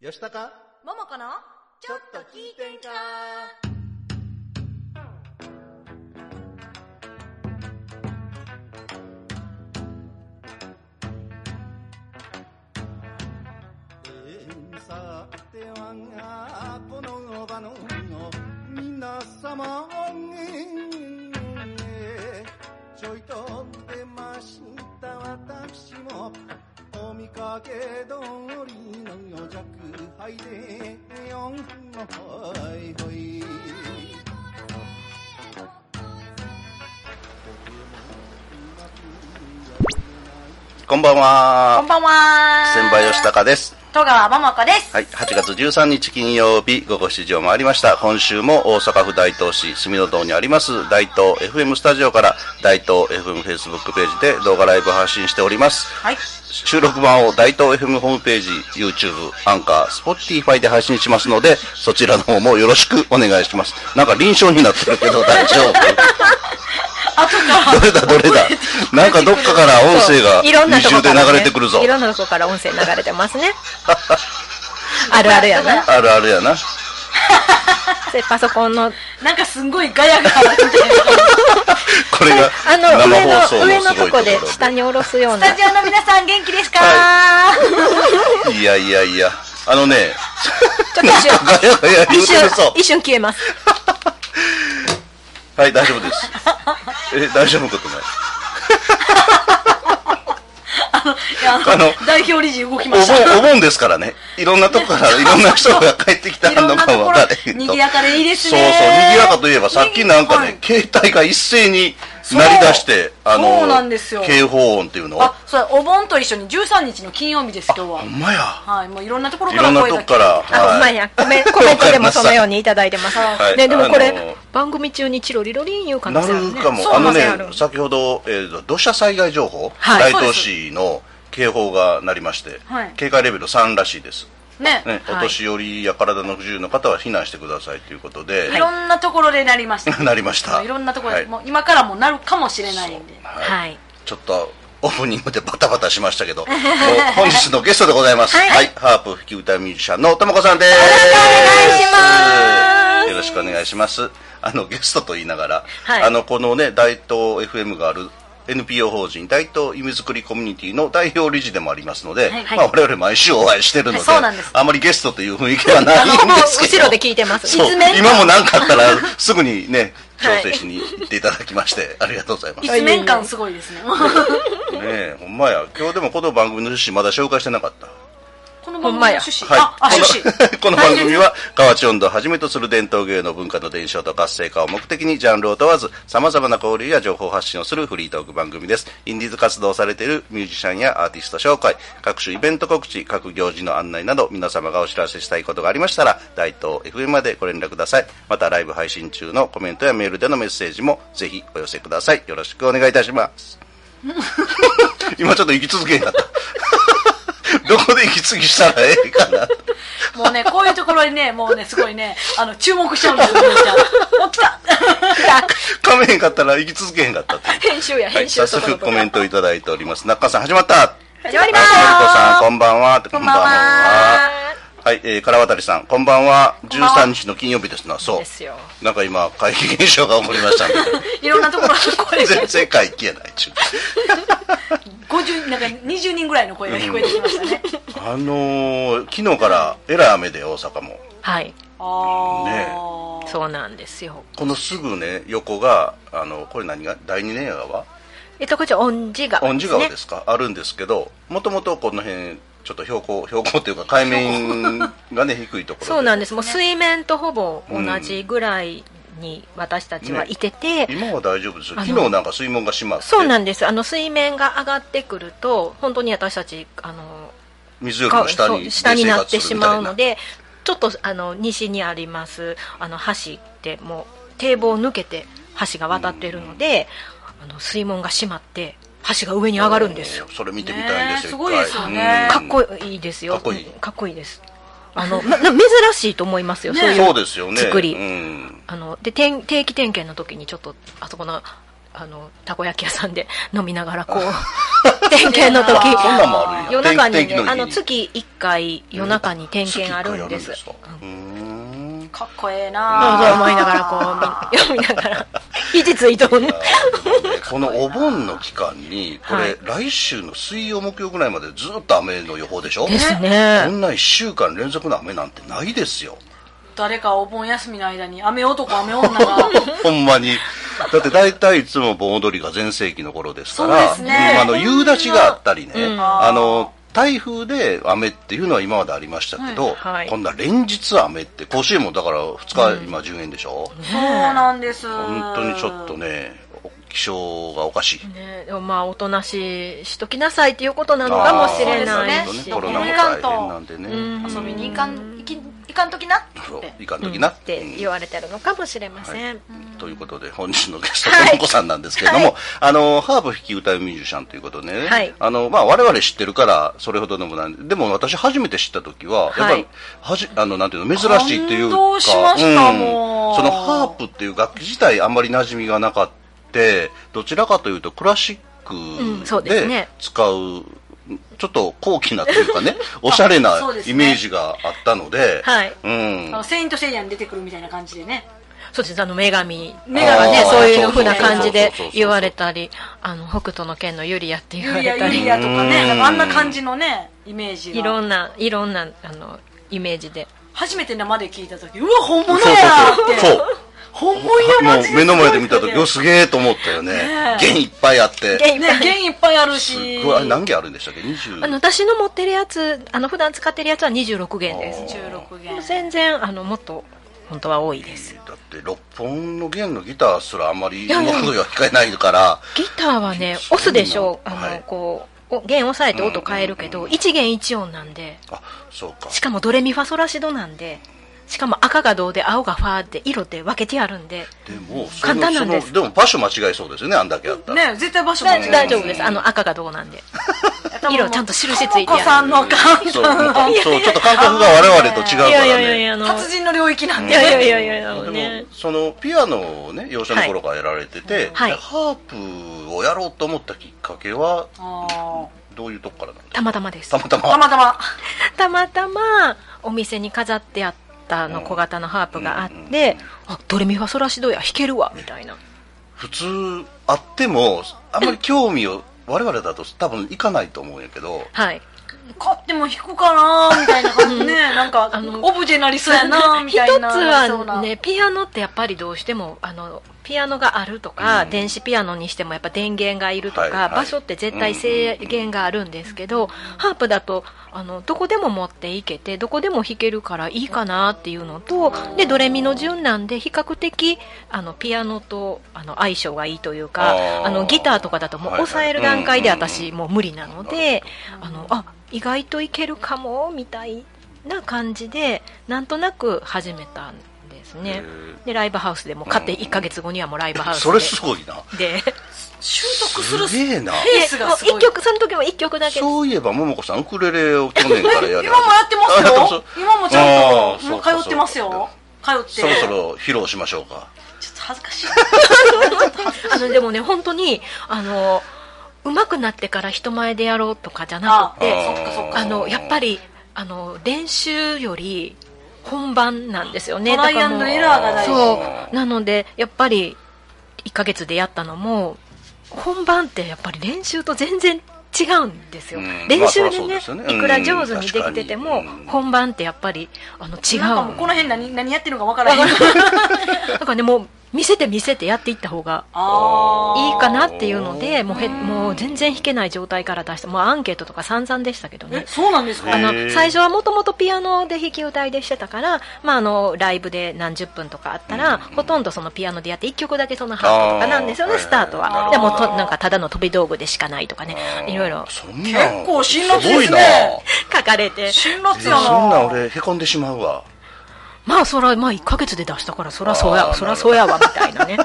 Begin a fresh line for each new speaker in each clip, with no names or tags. よしたか
ももこのちょっと聞いてんか
えーさてはこの場の皆様えーちょいと出ました私もお見かけ通りの弱敗で四ほいほい
こんばんは。
こんばんは
千葉吉高です。
戸川ももこです
はい。8月13日金曜日午後7時を回りました。今週も大阪府大東市住の堂にあります大東 FM スタジオから大東 FM フェイスブックページで動画ライブ発信しております。
はい
収録版を大東 FM ホームページ、YouTube、アンカー、Spotify で配信しますので、そちらの方もよろしくお願いします。なんか臨床になってるけど大 丈夫。
あとから
どれだどれだなんかどっかから音声が
いろんな
二
と
重
こ
で
から、ね、
流れてくるぞ
い。ろんなとこから音声流れてますね あるあるやな
あるあるやな。
それパソコンの
なんかすんごいガヤ ガヤ
これが
あの
生
上
放送
の上
の
の
すご
と
いとこ
こ
ろ
で下に下ろすよう
ス
な
タジオの皆さん元気ですか、
いやいやいや、あのね、
ちょっと一瞬
ガヤガヤ言
一
うてる
瞬
ぞ。
一瞬消えます
はい、大丈夫です。え、大丈夫ことない。
いや
あの
代表理事動きました
お盆、お盆ですからね。いろんなとこ からいろんな人が帰ってきた
いろん
の
な
か
と
も
こ
わ
ろ
かれへんと。
賑やかでいいです
そうそう、
ね
賑やかといえば、さっきなんか
は
ね
い、
携帯が一斉に鳴り出して、
そう
あ
そうなんですよ
の、警報音っていう の
あそうお盆と一緒に13日の金曜日です今日は
ほんまや。
はいもういろんなところ
い
か
ろ
ら
んな
声
と
が
こから。
あ、
は
ほん
い
まやコメコメントでもそのようにいただいてます、
はい
ね、でもこれ、
あの
番組中にチロリロリン言う可能
な
性ある
る
ね
かも。
そう
あのね
可能性あ、る
先ほど、えー土砂災害情報、
はい
大東市の警報が鳴りまして、
はい
警戒レベル3らしいです。
ね
ね、
は
お
い
年寄りや体の不自由の方は避難してくださいということで、
いろんなところでなりました
なりました。
もういろんなところ
は
で、
い
もう今からもなるかもしれないんで
は。
はいい
ちょっと、オープニングでバタバタしましたけど、もう本日のゲストでございます。はい、ハープ吹き歌ミュージシャンのともこさんです。よろしくお願いします。よろしくお願いします。あの、ゲストと言いながら、
はい
あの、このね、大東 FM がある NPO 法人大東夢作りコミュニティの代表理事でもありますので、
はい
まあ我々毎週お会いしてるので、
はいそうなんです
あまりゲストという雰囲気はないん
もう
ですけど。
後ろで聞いてます
そう
いつ面
今も何かあったらすぐにね調
はい
整しに行っていただきまして、ありがとうございます。ね
一面感すごいですね
えほんまや今日でもこの番組の趣旨まだ紹介してなかった。
この
ほ
番
ん
組の
まや
趣旨、
はい
あ、あ、趣旨。
このこの番組は河内音頭をはじめとする伝統芸能文化の伝承と活性化を目的にジャンルを問わず様々な交流や情報発信をするフリートーク番組ですインディーズ活動をされているミュージシャンやアーティスト紹介各種イベント告知各行事の案内など皆様がお知らせしたいことがありましたら大東 FM までご連絡くださいまたライブ配信中のコメントやメールでのメッセージもぜひお寄せくださいよろしくお願いいたします今ちょっと息続けへんかった どこで息継ぎしたらええかな
もうね、こういうところにね、もうね、すごいね、あの、注目しちゃうんですよ、みんなちゃん。お来た
噛めへんかったら生き続けへんかったっていう。
編集や
はい、
編集
早
とかの
速
こと
コメントいただいております。中川さん始まった
始まりま
あ、
す
ゆりこさんこんばんは。こ
んばんは
はい、えー、からわたりさん、こんばんは。13日の金曜日ですな、そ
ですよ
う。なんか今、怪奇現象が起こりましたん
いろんなところの声
で、
が、
全然怪奇やないっちゅう。
50、なんか20人ぐらいの声が聞こえてきました ね。
あのー、昨日からえらい雨で大阪も。
はい
あー。
そうなんですよ
このすぐね、横が、あの、これ何が第二年川
えっとこっちは恩寺川
恩
です
寺
ね
川ですか、あるんですけどもともとこの辺ちょっと標高標高というか海面がね低いところで
そうなんですもう水面とほぼ同じぐらいに私たちはいてて、
今は大丈夫ですよ
あの
昨日なんか水門が閉まって
そうなんですあの水面が上がってくると本当に私たちあの
水よりも下
そ
に
う下になってしまうの
で
でちょっとあの西にありますあの橋ってもう堤防を抜けて橋が渡ってるので、あの水門が閉まって橋が上に上がるんですよ
それ見てみたいんですよ、
ねえすごいですよね
一
か
回
っ
うん
こいいですよ
かっこいい
かっこいいですあのなな珍しいと思いますよ、
ね
そういう
そうですよね
作り
うん
あので定定 期点検の時にちょっとあそこのあのたこ焼き屋さんで飲みながらこう点検の時
あーそんなんもあるんや
夜中に
天気
ね
の日に
あの月1回夜中に点検あるんです
月一回やるんですか
かっこええ
そ
な
う
ぁ
そう思いながらこう み読みながら肘ついとん
うーんいやーでもねこのお盆の期間にこれ、
はい
来週の水曜木曜ぐらいまでずっと雨の予報でしょ
です
こ
ね
んな1週間連続の雨なんてないですよ
誰かお盆休みの間に雨男雨女 が
ほんまに。だって大体いつも盆踊りが全盛期の頃ですから、
そうですね
あの夕立ちがあったりね、
うん
あの、台風で雨っていうのは今までありましたけど、
はい
こんな連日雨って、甲子園もだから2日今順延でしょ、
そうなんです
本当にちょっとね、気象がおかしい。
ねでもまあおとなしいしときなさいっていうことなのかもしれな
あー
い
そうで
し、
す
ね
ねコロナも大変なんでね。
うん
遊びに行かん行き行かんときなっ
そう
て
いかん
うん
ときな。
って言われてるのかもしれません、
ということで、本日のゲスト、ともこさんなんですけれども、あの、ハーブ弾き歌うミュージシャンということでね、
はい
あの、まあ、我々知ってるから、それほどでもない、でも私初めて知った時は、やっぱ
は
り
い、
はじ、あの、なんていうの、珍しいっていう
感
か、
動しました
ん
もう
そのハープっていう楽器自体あんまり馴染みがなかって、どちらかというとクラシ
うん
ッ
そう
ク
です
で
ね
使う、ちょっと高貴なというかね、おしゃれな
そうですね
イメージがあったので、
はい
うん
あの。セイントセイヤに出てくるみたいな感じでね
そうですあの女神
女
が
神
ね
あー
そういうふうな感じ
そう
で
そうそうそう
言われたりあの北斗の拳のユリアって言
ユ
わ
リア
れた
ユ
り
リアとかね
うん
なんかあんな感じのねイメージ
い
が
ろんないろんなあのイメージで
初めて生で聞いた時うわ本物やーって
そうそうそうそう
本物や
も
マジ
う目の前で見た時、
よ
よすげえと思ったよね
ね。え
弦いっぱいあって。
ね弦いっぱいある
すっ
し
ごい、あれ何弦あるんでしたっけ ?20。
あの私の持ってるやつあの普段使ってるやつは26弦で
あ
す
16
もう
弦
全然あのもっと本当は多いです
だって6本の弦のギターすらあんまり今ほどは聞かれないから、
ギターはね
そう
押すでしょうあ
な
の、
のはい
こうお弦押さえて音変えるけ
うん
ど、
うんうん
一1弦1音なんで
あ、そうか。
しかもドレミファソラシドなんでしかも赤が銅で青がファーって色で分けてあるんで
でも、そ
簡
の
単なんです
そのでも場所間違えそうですよね、あんだけあったら。
ね絶対場所も
だ
違う
大丈夫ですあの赤が銅なんで色ちゃんと印ついてある
ともこさんの感
そう、なんか
覚
そう、ちょっと感覚が我々と違うからね。
あの
達人の領域なん
い
で
やいやいやいやいやあの
で
ね
もそのピアノをね幼少の頃からやられてて、
はい
でハープをやろうと思ったきっかけは
あ
どういうとこからなんですか
たまたまです
たまたま
ーたまたま
たまたまお店に飾ってあったあの小型のハープがあって、
うん
あドレミファソラシドや弾けるわみたいな
普通あってもあんまり興味を我々だと多分いかないと思うんやけど
はい
買っても引くかなーみたいな感じねなんか
あの
オブジェになりそうやなーみ
一つ
たいなそう
は
な
ねピアノってやっぱりどうしてもあのピアノがあるとか、
うん
電子ピアノにしてもやっぱ電源がいるとか、
はいはい
場所って絶対制限があるんですけど、ハープだとあのどこでも持っていけてどこでも弾けるからいいかなっていうのとでドレミの順なんで比較的あのピアノとあの相性がいいというか
あー
あのギターとかだとも
は
う
いはい
抑える段階で
うんうんうん
私もう無理なので、あのあ意外といけるかもみたいな感じでなんとなく始めたんです
へ
ね
ー
でライブハウスでも買って1ヶ月後にはもうライブハウスで
それすごいな
で
習得する
すげえ な
ペースがすごい
1曲その時も1曲だけ
そういえば桃子さんウクレレを去年からやり始め
今もやってます
あやってま
よ
す
今もちゃん
あ
と
ー
も
そうう
通
か
ってますよ通って
そろそろ披露しましょうか
ちょっと恥ずかしい
あのでもね本当にあの上手くなってから人前でやろうとかじゃなくて
あそっかそっか
あのやっぱりあの練習より本番なんですよね
トライ
だ
アン
からもう
ドエラーが大事
そうなのでやっぱり1ヶ月でやったのも本番ってやっぱり練習と全然違うんですよ、
うん
練習で
まあそう
ね,、
ですよねうん
いくら上手にできてても、
確かにうん
本番ってやっぱりあの違う
なんかもうこの辺何何やってるのか分からへん
だからねもう見せて見せてやっていった方が
あー
いいかなっていうのでもうへ
うん
もう全然弾けない状態から出してもうアンケートとか散々でしたけど
え
ね
そうなんですか
あ
へ
の
ー
最初はもともとピアノで弾き歌いでしてたから、まあ、あのライブで何十分とかあったら、
うん
ほとんどそのピアノでやって1曲だけそのハートとかなんですよ
あ
ね
ー
スタート
はいはい
は
はい
でもとなんかただの飛び道具でしかないとかね
あー
いろいろ
そんな
結構辛辣ですね
ごいな
書かれて
辛
えー
辣
そ
やなん
なん俺へこんでしまうわ
まあそら、まあ、1ヶ月で出したからそらそう
あー
やそらそうやわみたい なね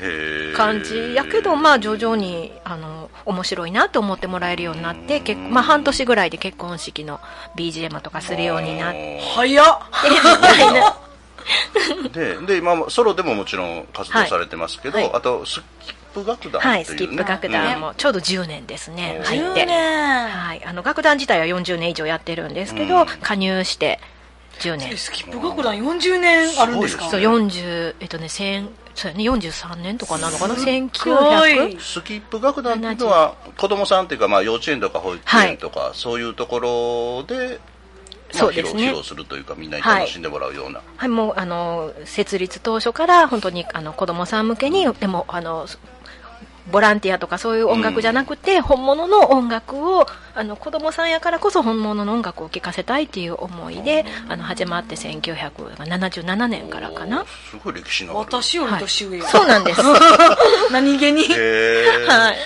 へー
感じやけどまあ徐々にあの面白いなと思ってもらえるようになって結構まあ、半年ぐらいで結婚式の BGM とかするようになって
早っ
みたいな。
でで今もソロでももちろん活動されてますけど、
はいはい
あとスキップ楽団というね、
はい、スキップ楽団もちょうど10年ですね、
うん
入っ
10
て、
年
はい、あの楽団自体は40年以上やってるんですけ
う
ど、
ん
加入して10年
えスキップ楽団40年あるんですか
す
そ
ご
う
いよ
40えっとね千そうやね43年とかなのかな
す
ごい
1900
うんスキップ楽団っていうのは子供さんっていうか、まあ、幼稚園とか保育園とか、そういうところで,、まあ
そうです
披露
ね
披露するというかみんなに楽しんでもらうような、
はいもうあの設立当初から本当にあの子供さん向けにでもあのボランティアとかそういう音楽じゃなくて、本物の音楽をあの子供さんやからこそ本物の音楽を聴かせたいっていう思いで、あの始まって1977年からかな
すごい歴史のある
私より年上や、
そうなんです
何気に
へー
はい、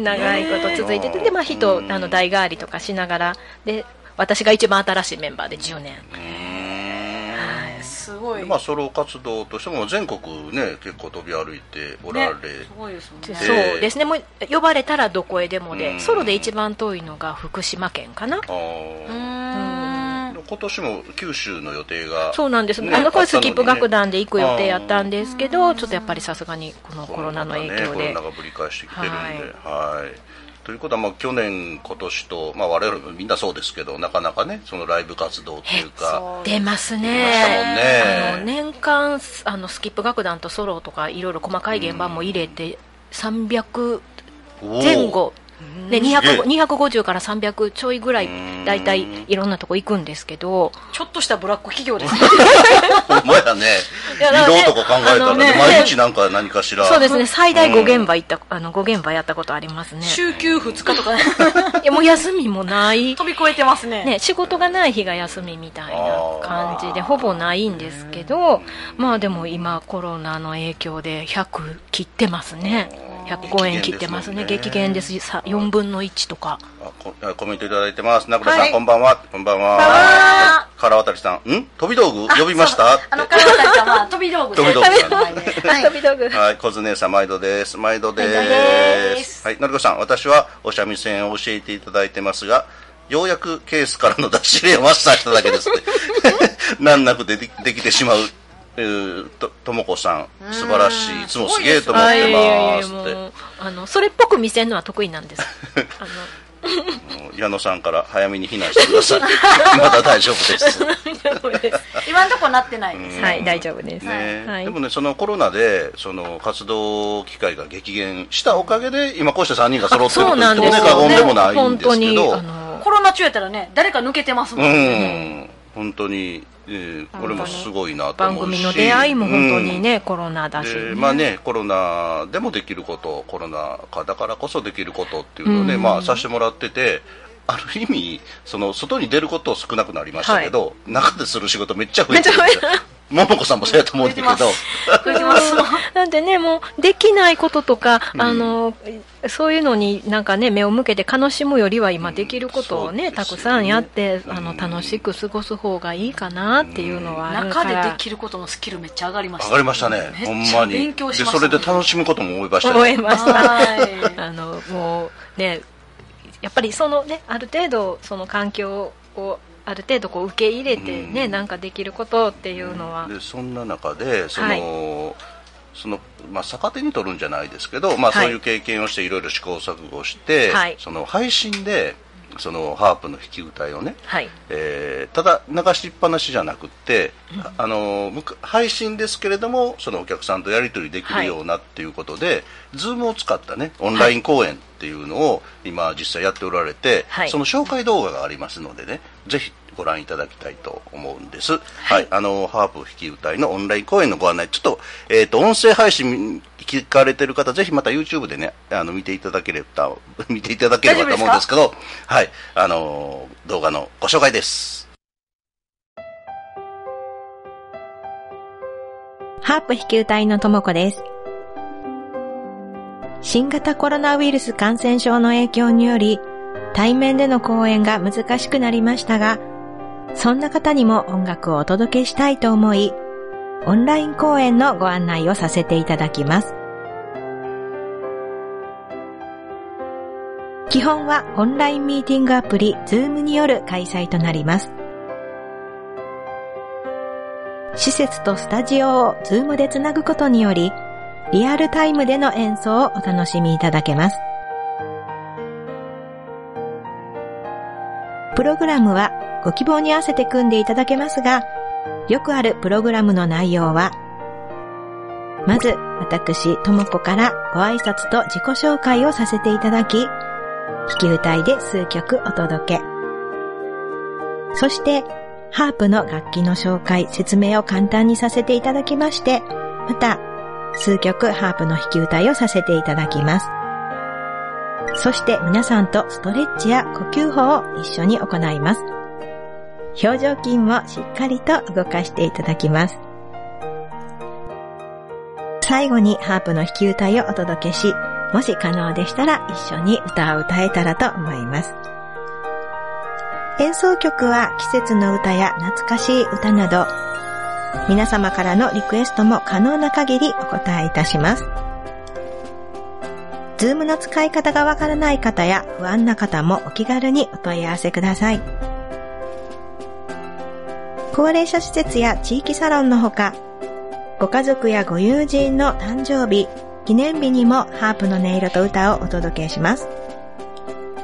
長いこと続いてて、でまあ、人
うん
あの代替わりとかしながらで私が一番新しいメンバーで10年
うーん
すごい、
まあ、ソロ活動としても全国ね結構飛び歩いておられ、
すごいですもんね
ー
そうですねもう呼ばれたらどこへでも
うん
でソロで一番遠いのが福島県かな
あ
うー
ー
ん
今年も九州の予定が
そうなんです、
ね
あの
あ
頃
ったのに
ス
ね
キップ楽団で行く予定やったんですけどちょっとやっぱりさすがにこのコロナの影響
コロ
で
ナがぶり返してきてるんで、はいということは、まあ、去年、今年と、まあ、我々もみんなそうですけど、なかなかね、そのライブ活動っていうか、
そう
出ます
出ましたもんね
ねあの年間あのスキップ楽団とソロとかいろいろ細かい現場も入れて300
おー
前後で
すげえ
200 250から300ちょいぐらい
ん
大体いろんなとこ行くんですけど
ちょっとしたブラック企業ですね
ほんまやね、
いやだ
移
からね
動とか考えたら
あの
ね、
ね
毎日なんか何かしら、
そうですね最大5現場行ったあの5現場やったことありますね
週休2日とか
いやもう休みもない
飛び越えてますね
ね仕事がない日が休みみたいな感じ
あー
でほぼないんですけどまあでも今コロナの影響で100切ってますね100公演切ってますね
激
激
減
減
で
ですすさ4分の1とか
あこあコメントいただいてます、名倉さん、
はい
こんばんは、こんばん
こんばん
は
は、
唐渡さん、ん飛び道具呼びましたって
あの、彼女たちは、まあ、飛び道具で。
飛び道具さん
はいはい
飛び道具
はい、小津姉さん、毎度です。毎度です。
毎度です
はい、のりこさん、私はお三味線を教えていただいてますが、ようやくケースからの出し入れをマスターしただけです って。難なくででできてしまう。えーと、ともこさん、素晴らしい。いつもすげえと思っ
あいやいや
てま
いや
す
も
って。
うあのそれっぽく見せるのは得意なんですあの
もう矢野さんから早めに避難してくだ さい。まだ大丈夫です。
今んとこなってないです。
はい、大丈夫です。
ね
はい
でもね、そのコロナで、その活動機会が激減したおかげで、今こうして3人が揃ってる
そう
と言
な
っ
ん
て
で
も
す
ね、
よ
過言
ね。
でもないん
本
です
当
け
に
ど
あ、の
コロナ中やったらね、誰か抜けてますもんね。
うん、本当に、えーこれもすごいなと
番
思うし
組の出会いも本当にね、コロナ
うん
だし、
でまあね、コロナでもできることコロナ禍だからこそできることっていうのをね、
うん
まあ、させてもらっててある意味その外に出ること少なくなりましたけど、中でする仕事めっちゃ増えてるんですよももこさんもそうやと思うんだけど
増えてます抜けますもん
なんでねもうできないこととか、あのそういうのになんかね目を向けて楽しむよりは今できることを
う
ね、
ん
たくさんやっ
そう
て、
ですよね
あ
う
の
ん
楽しく過ごす方がいいかなっていうのはあるか
中で
ら、
できることのスキルめっちゃ上がりました。
上がりましたね
めっちゃ
ほんまに
勉強し
で
ま
そ
したね
れで楽しむことも思いました
思
ね
いました。
は
あのもうねやっぱりそのねある程度その環境をある程度こう受け入れてね、
うん
なんかできることっていうのは、
でそんな中でその、そのまあ、逆手に取るんじゃないですけど、まあ、
はい
そういう経験をしていろいろ試行錯誤して、
はい
その配信でそのハープの弾き歌いをね、
はい
えーただ流しっぱなしじゃなくって、ああのむく配信ですけれどもそのお客さんとやり取りでき
は
る
い
ようなっていうことで、ズームを使ったねオンライン公演っていうのを今実際やっておられて、
はい
その紹介動画がありますのでねぜひご覧いただきたいと思うんです、はいあのハープ弾き歌いのオンライン公演のご案内ちょっと,、えー、と音声配信聞かれてる方ぜひまた YouTube でねあの見ていただければ 見ていただければと思うんですけどはいあの動画のご紹介です
ハープ弾き歌いのともこです。新型コロナウイルス感染症の影響により、対面での公演が難しくなりましたが、そんな方にも音楽をお届けしたいと思い、オンライン公演のご案内をさせていただきます。基本はオンラインミーティングアプリ Zoom による開催となります。施設とスタジオをズームでつなぐことにより、リアルタイムでの演奏をお楽しみいただけます。プログラムはご希望に合わせて組んでいただけますが、よくあるプログラムの内容は、まず私、ともこからご挨拶と自己紹介をさせていただき、弾き歌いで数曲お届け。そして、ハープの楽器の紹介、説明を簡単にさせていただきまして、また、数曲ハープの弾き歌いをさせていただきます。そして皆さんとストレッチや呼吸法を一緒に行います。表情筋もしっかりと動かしていただきます。最後にハープの弾き歌いをお届けし、もし可能でしたら一緒に歌を歌えたらと思います。演奏曲は季節の歌や懐かしい歌など、皆様からのリクエストも可能な限りお答えいたします。ズームの使い方がわからない方や不安な方もお気軽にお問い合わせください。高齢者施設や地域サロンのほか、ご家族やご友人の誕生日、記念日にもハープの音色と歌をお届けします。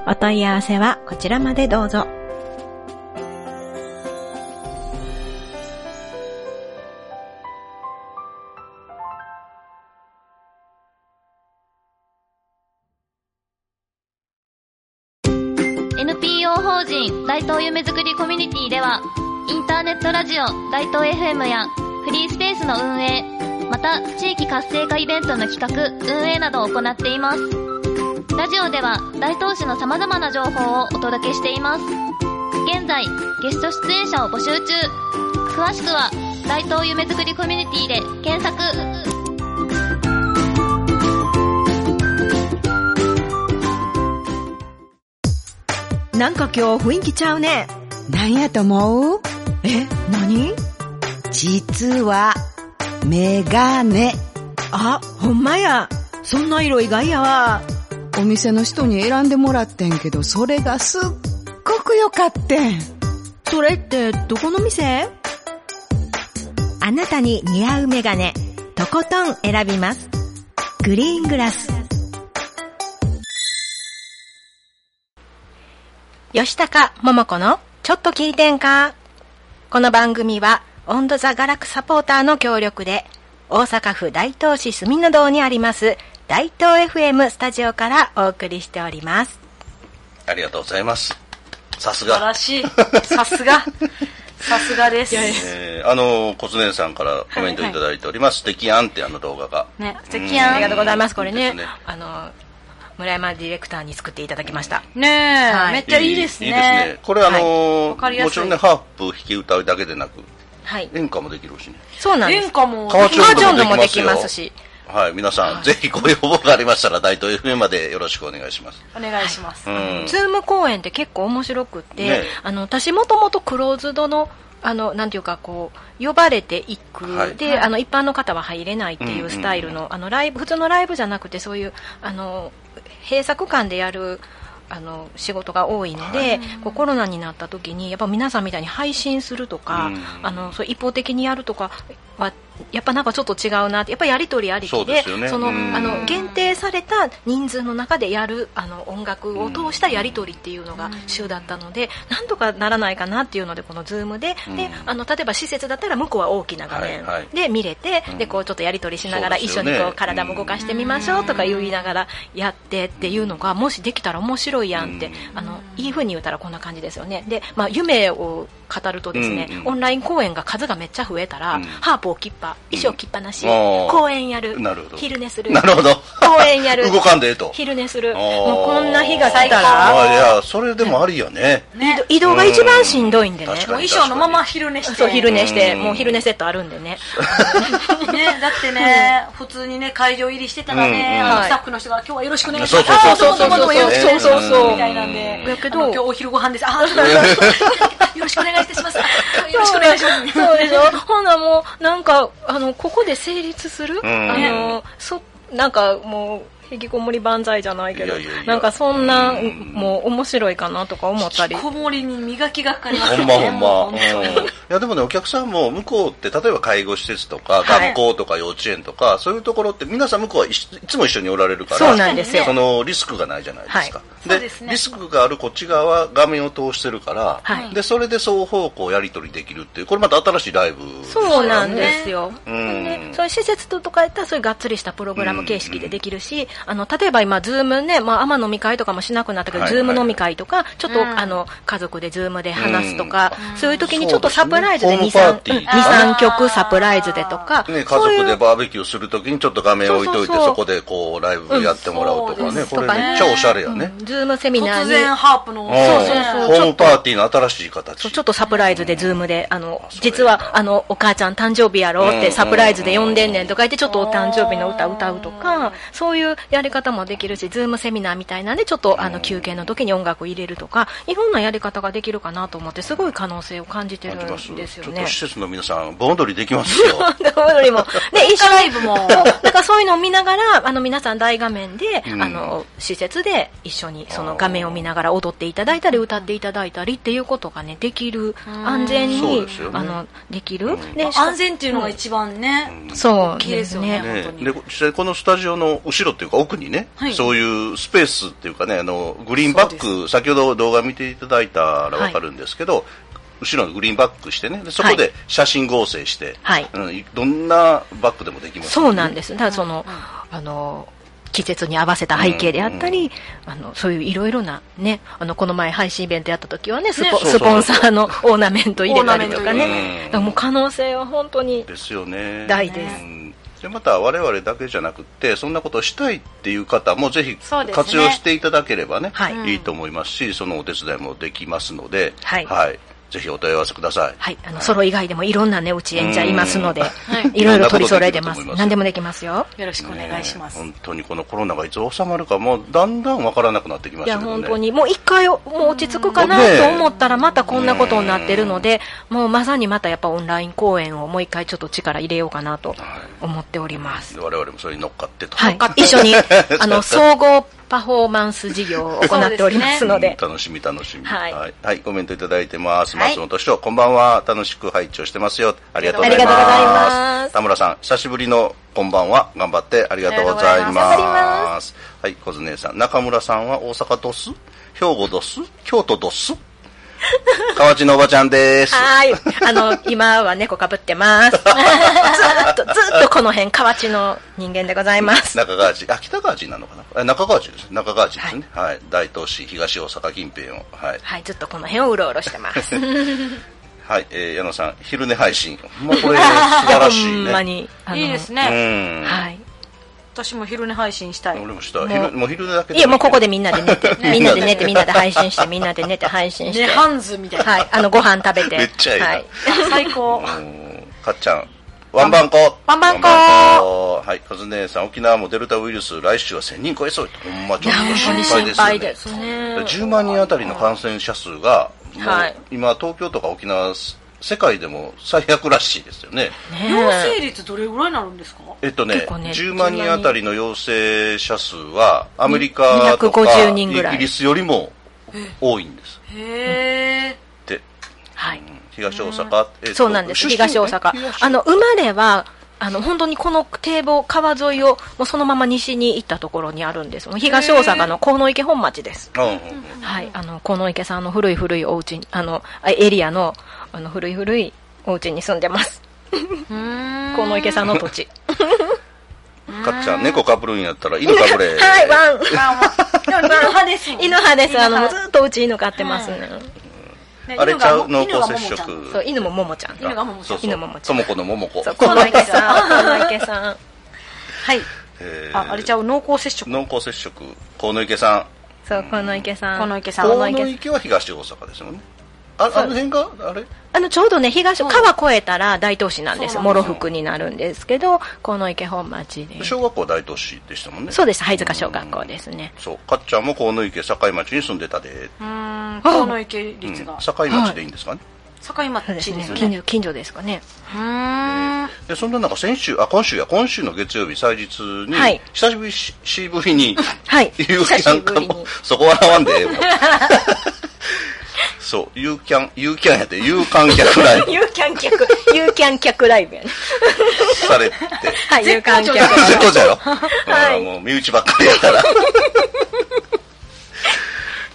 お問い合わせはこちらまでどうぞ。
NPO 法人大東夢づくりコミュニティではインターネットラジオ大東 FM やフリースペースの運営また地域活性化イベントの企画運営などを行っていますラジオでは大東市の様々な情報をお届けしています現在ゲスト出演者を募集中詳しくは大東夢づくりコミュニティで検索
なんか今日雰囲気ちゃうね。
なんやと思う
え、何
実は、メガネ。
あ、ほんまや。そんな色意外やわ。
お店の人に選んでもらってんけど、それがすっごく良かってん。
それってどこの店あなたに似合うメガネ、とことん選びます。グリーングラス。
吉高桃子のちょっと聞いてんかこの番組はオンドザガラクサポーターの協力で大阪府大東市住の堂にあります大東 FM スタジオからお送りしております。
ありがとうございます。さす
素晴
が
ら。しい。さすが。さすがです。
えーあの、コツネンさんからコメントいただいております。素敵やんって、あの動画が。
ね、素敵
うん
や
ありがとうございます。これ
いい
ね、
ですね
あの、村山ディレクターに作っていただきました。
ん。ねえ、
はい
めっちゃいいですね。
いいですね。これあの
わかりやすい
もちろんね、ハープ弾き歌うだけでなく、
はい。
演歌もできるしね。
そうなんです
演。歌も。
カワチョ
バージョ
ン
ン
ド
の
も
も
で
で
き
き
ま
ます
よ
すし、
はい、皆さん、ぜひご要望がありましたら、大東 FM までよろしくお願いします。
お願いします。
うん。
ズーム公演って結構面白くって、
ねえ
あの私もともとクローズドのあのなんていうかこう呼ばれていく、
はい
で、あの一般の方は入れないっていうスタイルの,、あのライブ普通のライブじゃなくてそういうあの閉鎖区間でやるあの仕事が多いので、こうコロナになった時にやっぱ皆さんみたいに配信するとか、
うん
あのそう一方的にやるとかはやっぱなんかちょっと違うなってやっぱやり取りあり
そ
き
うで
です
よね
その
うん
あの限定された人数の中でやるあの音楽を通したやり取りっていうのが主だったのでなんとかならないかなっていうのでこの Zoom で
う
で
ん
あの例えば施設だったら向こうは大きな画面
はいはい
で見れて
うん
でこうちょっとやり取りしながら
そうで
一
すよ
緒
ね
にこう体も動かしてみましょうとか言いながらやってっていうのがもしできたら面白いやんっ
う
て
ん
あのいい風に言うたらこんな感じですよねでまあ夢を語るとですね
うん
オンライン公演が数がめっちゃ増えたら
うん
ハープを切っぱ衣装切っぱなし
うんあー
公演やる
なるほど
昼寝する
なるほど。
公園やる
動かんでええと。
昼寝する
あー
もうこんな日が来た
あ
ら
いや、それでもありや ね。
ね、もう
移動が一番しんどいんでね
確か
衣装のまま昼寝して。
そう昼寝して
うん
もう昼寝セットあるんでね
ね、だってね、普通にね、会場入りしてたらね、
うん
あの
はい
スタッフの人が今日はよろしくお願いし
そ
ま
う
す。
そうそう
あーどもどうもどうもよろしくお願いします
そうそうそう
みたいなんで。
やけ
あ
ど
の今日お昼ご飯です。あーよろしくお願いいたします。あよろしくお願いします。
そうでしょほんならもうなんかあのここで成立する
ん
あのそなんかもう引きこもり万歳じゃないけど
いやいやいや
なんかそんな
うん
もう面白いかなとか思ったり
引きこもりに磨きがかかります
ほ
ね
んまほんま。
もう
う
本当に
んいやでもね、お客さんも向こうって、例えば介護施設とか、
はい
学校とか幼稚園とか、そういうところって、皆さん向こうはいしいつも一緒におられるから、
そうなんですよ
そのリスクがないじゃないですか。
いそうですね
リスクがあるこっち側は画面を通してるから、
はい
で、それで双方向やり取りできるっていう、これまた新しいライブ、
そうなんですよ。
うん
でそういう施設とかやったら、そういうがっつりしたプログラム形式でできるし、あの、例えば今、ズームね、まあ、アマ飲み会とかもしなくなったけど、
はい
ズーム飲み会とか、ちょっと、
うん
あの、家族でズームで話すとか、そういう時にちょっと
そうですね
サプライズで
ホー
2、
ムパー
3、
ティー
うん
とかね
2 3曲サプライズでとか、
ね、家
そうい
族
う
でバーベキューするときにちょっと画面置いといて
そうそうそう
そこでこうライブやってもらうとか
うん
ね、
そうです
これめっちゃおしゃれやね、
うんズームセミナ
突
ーに、
然ハープの
う
音
ん
ね。
そうそう
ホームパーティーの新しい形
そうちょっとサプライズで、ズームで、あの
あ、それ
実は、あの、お母ちゃん誕生日やろっ
う
て
ん
サプライズで呼んでんねんとか言って、ちょっとお誕生日の歌歌うとか、そういうやり方もできるし、ズームセミナーみたいなんで、ちょっと、あの、休憩の時に音楽を入れるとか、いろんなやり方ができるかなと思って、すごい可能性を感じてる
感じます
んですよ
ちょっ
ね
と。施設の皆さん盆踊りできます よ
だから踊りも。で、一緒
ライ
に、
ブも。
そうだからそういうのを見ながら、あの、皆さん大画面で、
うん
あの、施設で一緒にその画面を見ながら踊っていただいたり、歌っていただいたりっていうことがね、できる、安全
そう
に
ですよ、ね
あの、できる。
ん
で
安全っていうのが一番ね。
そう
大きいですよね
ね
本当に
で実際このスタジオの後ろっていうか奥にね、
はい
そういうスペースっていうかねあのグリーンバック先ほど動画見ていただいたらわかるんですけど、後ろのグリーンバックしてねでそこで写真合成して、
はい
うん、どんなバックでもできます
そうなんです。だからその、あの、季節に合わせた背景であったり、あの、そういういろいろな、ね、あの、この前配信イベントやった時はね、スポ
ね
スポンサーのオーナメント入れたりとか
オーナメント入
ね。だからもう可能性は本当に
ですよね
大です。
うんでまた我々だけじゃなくってそんなことをしたいっていう方もぜひ
そうですね
活用していただければね、
はい
いと思いますしそのお手伝いもできますので、
はい
ぜひお問い合わせください、
はい、あの、ソロ以外でもいろんなね、うち演者いますので、
い
いろいろ取り揃えてま
い
す。
ろんなことできると思います
何でもできますよ。
よろしくお願いします。
本当にこのコロナがいつ収まるかもうだんだんわからなくなってきま
い
し
や、
たけどね
本当に、もう一回、もう落ち着くかな
ね
と思ったら、またこんなことになってるので、もうまさにまたやっぱオンライン公演をもう一回ちょっと力入れようかなと思っております。
我々もそれに乗っかってと、
はい、一緒 に、あの、総合パフォーマンス事業を行っておりますの
うん
で、
楽しみ楽しみ
はい
はいはいコメントいただいてます松本市長、こんばんは楽しく拝聴してますよありがとうございます
ありがとうございます
田村さん久しぶりのこんばんは頑張ってありがとうございます
ありがとうございま
はい小津姉さん中村さんは大阪ドス兵庫ドス京都ド ス河内のおばちゃんです
はい。あの、今は猫かぶって ます。ずーっと、ずーっとこの辺、河内の人間でございます。
中川市、あ、北川市なのかなあ中川市です。中川市ですね。はい。大東市、東大阪近辺を。はい。
はい、ずっとこの辺をうろうろしてます。
はい。えー、矢野さん、昼寝配 信。もう これ、素晴らしいね。
ほんまに。あの
いいです
う
ね。
ん。
はい。
私も昼寝配信したい。
俺もした。昼、もう昼寝だけ
いや、もうここでみん
な。
なで寝て、
ね
みんなで寝て、みんなで配信して、みんなで寝て、配信して。
寝ハンズみたいな。
はい。あの、ご飯食べて。
めっちゃええな
はい。
最高。
うんかっちゃん。ワンバンコ
ワンバンコ
はい。カズ姉さん、沖縄もデルタウイルス、来週は1000人超えそうと。ほんまちょっと心配ですよね。
すね
10万人あたりの感染者数が、もう
はい
今、東京とか沖縄、世界でも最悪らしいですよね。
陽
ね
性率どれぐらいになるんですか
えっとね
結構ね
10万人あたりの陽性者数は、アメリカとか
250
イ
人ぐらい
ギリスよりも多いんです
へえ。
って、
はい。
東大阪、えっと
そうなんです。
出身
東大阪
え。
あの、生まれは、あの、本当にこの堤防、川沿いを、もうそのまま西に行ったところにあるんです。もう東大阪の河野池本町です。
うんうんうん
はい、あの、河野池さんの古い古いお家に、あの、あエリアの、あの、古い古いお家に住んでます。河野池さんの土地。
かっちゃん、猫かぶるんやったら犬かぶれ。
はい、ワン。
でも犬派ですもん
犬派です。あ
犬
の、
派
ずっとうち犬飼ってますね。
ね
あれちゃう
犬
濃
が
厚
犬
接
がももち
触。
そう、犬もももちゃん。
犬がももちゃん
そうそう
犬ももちゃ
と
ん
もこのももこ
そう、。河野池さん。河野池さん。はい。
え
ゃ
ー
んああれちゃう濃厚接触
濃厚接触。河野池さん。
そう、河野池さん。
河野池さん
河野
河
池
野
さん。
池は東大阪ですもんね。あ、あの辺があれ
あの、ちょうどね、東、川越えたら大東市なんです
そう
よ。
なん
諸
ですよ
福になるんですけど、河野池本町で。
小学校大都市でしたもんね。
そうです。灰塚小学校ですね。
そう。かっちゃんも河野池境町に住んでたで。
うーん河野池率が
境町でいいんですかね、
境
そうです
町で
ね
す。よ
近
ね
所、近所ですかね。
うーん
でそんな中先週あ今週や今週の月曜日祭日に、
はい
久しぶりししぶりに
はい
夕日なんか
久しぶり
も
に
そこ笑わんでええもん
そう
そう、ユーキャン、ユーキャンやって、ユーカン客ライブ
ユーキャン客、ユーキャン客ライブやね。
されて、
はい、有観客。
絶好調や ろ、
い
うんもう身内ばっかりやから。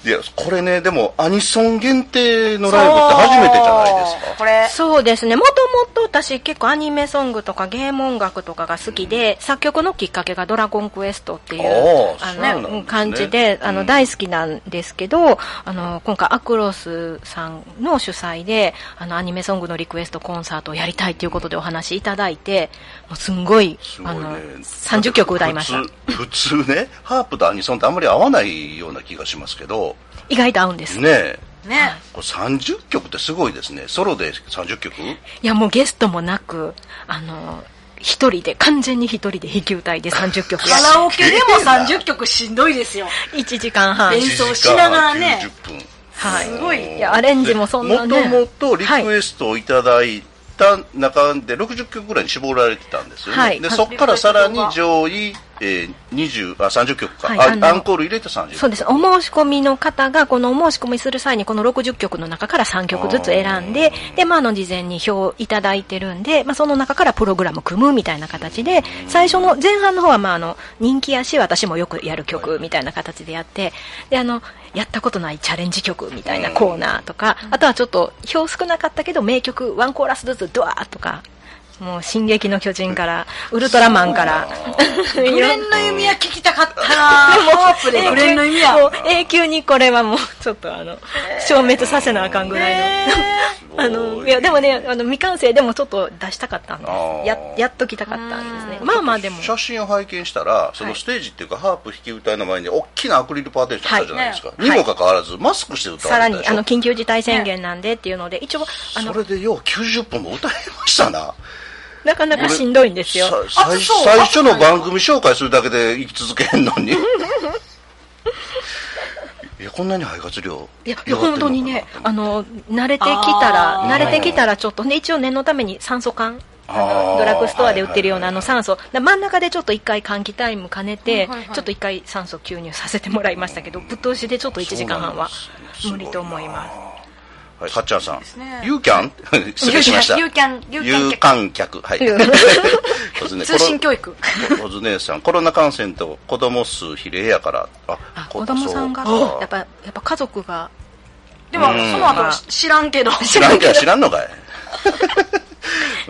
いや、これね、でも、アニソン限定のライブって初めてじゃないです
そう
か。
これ、
そうですね。もともと私結構アニメソングとかゲーム音楽とかが好きで、作曲のきっかけがドラゴンクエストっていう、
あー
あ
そうなん
の、
ですね
うん感じで、あ
う
の、
ん
大好きなんですけど、あの、今回アクロスさんの主催で、あの、アニメソングのリクエストコンサートをやりたいということでお話いただいて、もうすんごい、
すご
あ
いね
の、。30曲歌いました。
普通。普通ね、ハープとアニソンってあんまり合わないような気がしますけど、
意外と合うんです。
ねえ、
ね。
これ30曲ってすごいですね。ソロで30曲
いや、もうゲストもなく、あの、一人で、完全に一人で弾き歌いで30 曲。
カラオケでも30曲しんどいですよ。
1時間半
演奏しながらね
1時間90分。
はい
すごい
いやアレンジもそんなね
もともとリクエストをいただいた中で60曲ぐらいに絞られてたんですよね、
はい
で
はい
そこからさらに上位、えー、20あ30曲か、
はい
あ
あの
アンコール入れて30曲
そうですお申し込みの方がこのお申し込みする際にこの60曲の中から3曲ずつ選んでで、まあ、あの事前に表をいただいてるんで、まあ、その中からプログラム組むみたいな形で最初の前半の方はまああの人気やし私もよくやる曲みたいな形でやってであのやったことないチャレンジ曲みたいなコーナーとかあとはちょっと票少なかったけど名曲ワンコーラスずつドワーッとか。もう「進撃の巨人」から「ウルトラマン」から
グレンの弓は聞きたかったなホープでグレンの弓は。
もう永久にこれはもうちょっとあの消滅させなあかんぐらいの。あのいやでもねあの未完成でもちょっと出したかったんで
あー
すややっときたかったんですねまあまあでも
写真を拝見したらそのステージっていうか、ハープ弾き歌いの前に大きなアクリルパーテーションあったじゃないですか、
はいね
にもかかわらずマスクして歌
さ
わ
ら
れてたで
に
しょ
あの緊急事態宣言なんでっていうので一応あ
そ
の
れでよう90分も歌いましたな
なかなかしんどいんですよ
さ最
暑そう
最初の番組紹介するだけで生き続けんの にいやこんなに肺活量
いやいや本当にねあ
の
の慣れてきたら
あ
ー
慣れてきたらちょっとね一応念のために酸素缶あ
あー
のドラッグストアで売ってるような
は
あ
いはいはい
の酸素だ真ん中でちょっと一回換気タイム兼ね
は
て
いはいはい
ちょっと一回酸素吸入させてもらいましたけどぶっ通しでちょっと1時間半は無理と思います
はい、かっちゃんさん
すね、
ユーキャン 失礼しました。
ユーキャンユーキャン
ユー観客。はい。 ほずね
通信教育。
コロほず姉さん、コロナ感染と子供数比例やから。あ
あ子供さんが
そうか
やっぱやっぱ家族が
でも、
うん
その後知らんけど。
知らんか知らんのかい。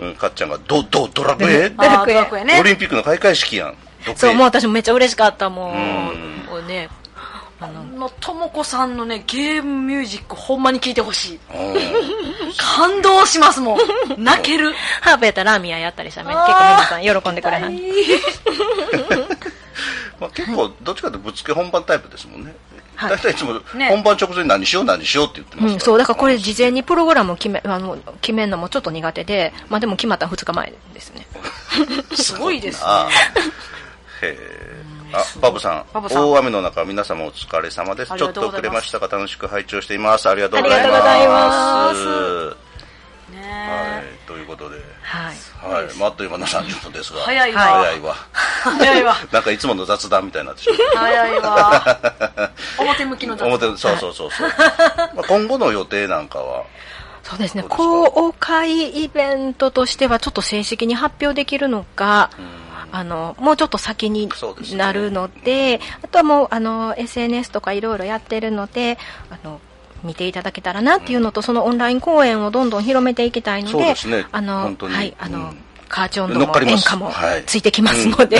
うん、かっちゃんが、ど、ど、ドラクエ
ドラ
あー
クエ
ドラクエね
オ。リンピックの開会式やん。ドクエ
そうもう私もめっちゃ嬉しかったもう
うん
もうねあの
のともこさんのね、ゲームミュージックほんまに聞いてほしい。
うん
感動しますもん。泣ける。
ハーブやったらラーミアやったりしたらね結構皆さん喜んでくれはる
まあ、結構、どっちかというとぶっつけ本番タイプですもんね。
はい
大体いつも、
ね
本番直前に何しよう何しようって言ってますから、
うん、そうだからこれ事前にプログラムを決めあの決めるのもちょっと苦手で、まあ、でも決まった2日前ですね
すごいですね。
あーへえ。あ、バブさん
バブさん
大雨の中、皆様お疲れ様です。
あ
ち
り
ょっ
がとう
と
ござ
遅
います
れましたが、楽しく拝聴しています。ありがとうございます。
ありがとうご
は
ね
い、ということで、
はい
はい、まああっという間の30分ですが、
早いわ
早いわ。
早いわ。
なんかいつもの雑談みたいになってしまった
早いわ。表向きの雑
表そうそうそうそう。まあ今後の予定なんかは、
そうですね
どうですか
公開イベントとしてはちょっと正式に発表できるのかあのもうちょっと先に
そうですね
なるのであとはもうあの SNS とかいろいろやってるのであの見ていただけたらなっていうのと、そのオンライン公演をどんどん広めていきたいので
そうですね
あの
本当に
はいあの、
うん
カーチョン
乗
ド
っ
も
かりま
演
す
歌も
はい
ついてきますので、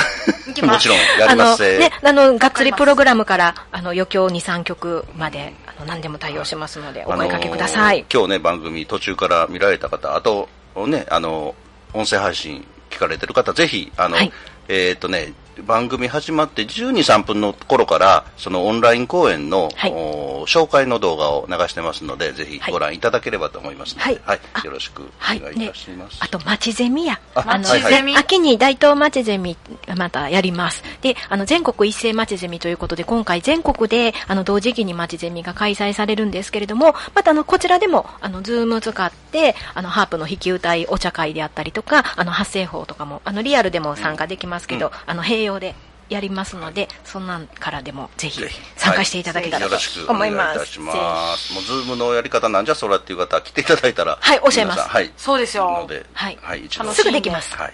もちろんや
あ
りま
の、
すせ
ね、あの、がっつりプログラムから、あの、余興2、3曲まで、あの、何でも対応しますので、お声掛けくださ
あ
い
の。ー今日ね、番組途中から見られた方、あと、ね、あの、音声配信聞かれてる方、ぜひ、あの、
はい
えっ、とね、番組始まって12、3分の頃から、そのオンライン公演の、
はい
お紹介の動画を流してますので、ぜひ
はい
ご覧いただければと思いますので、は
はいい、あ
よろしくお
はい。
願いい
ね
たします。、
あと、町ゼミや。
あ
あの、
はいはい
秋に大東町ゼミ、またやります。で、あの、全国一斉町ゼミということで、今回全国で、あの、同時期に町ゼミが開催されるんですけれども、また、あの、こちらでも、あの、ズーム使って、あの、ハープの弾き歌いお茶会であったりとか、あの、発声法とかも、あの、リアルでも参加できますけど、あの、併用で。やりますので、そんなんからでもぜひ
ぜひ
参加していただけた
は
ら
い
と
よろしくお
思
願い
い
い
ます。
たします。もうズームのやり方なんじゃそらっていう方来ていただいたら、
はいおっしゃいます
皆さんはい、
そうですよ
ので、
はい
一度
楽
すぐできます。
はい。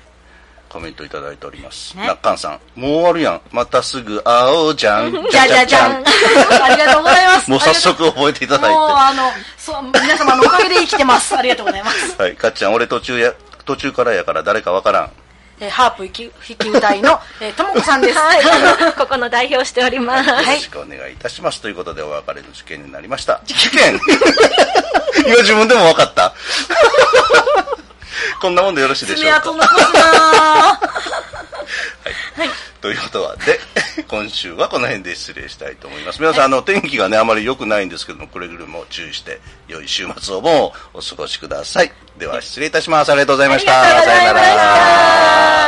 コメントいただいております。
ね
なっかんさん、もう終わるやん。またすぐ会おうじゃん。
じゃじゃじゃん。
ありがとうございます。
もう早速覚えてい
あ
た
りが
だ
とう。もう
い
あの、そう、皆様のおかげで生きてます。ありがとうございます。
て。はい。かっちゃん、俺途中や、途中からやから誰かわからん。
えーハープ弾き弾き歌いの、えーともこさんです。
はい、ここの代表しております。
よろしくお願いいたします。ということで、お別れの事件になりました。事件 今自分でも分かった。 こんなもんでよろしいでしょ
爪
うか。
痕残すなー
ということはで、 今週はこの辺で失礼したいと思います。皆さん、あの、天気がね、あまり良くないんですけども、くれぐれも注意して、良い週末をもお過ごしください。では、失礼いたします。ありがとうございました。さよなら。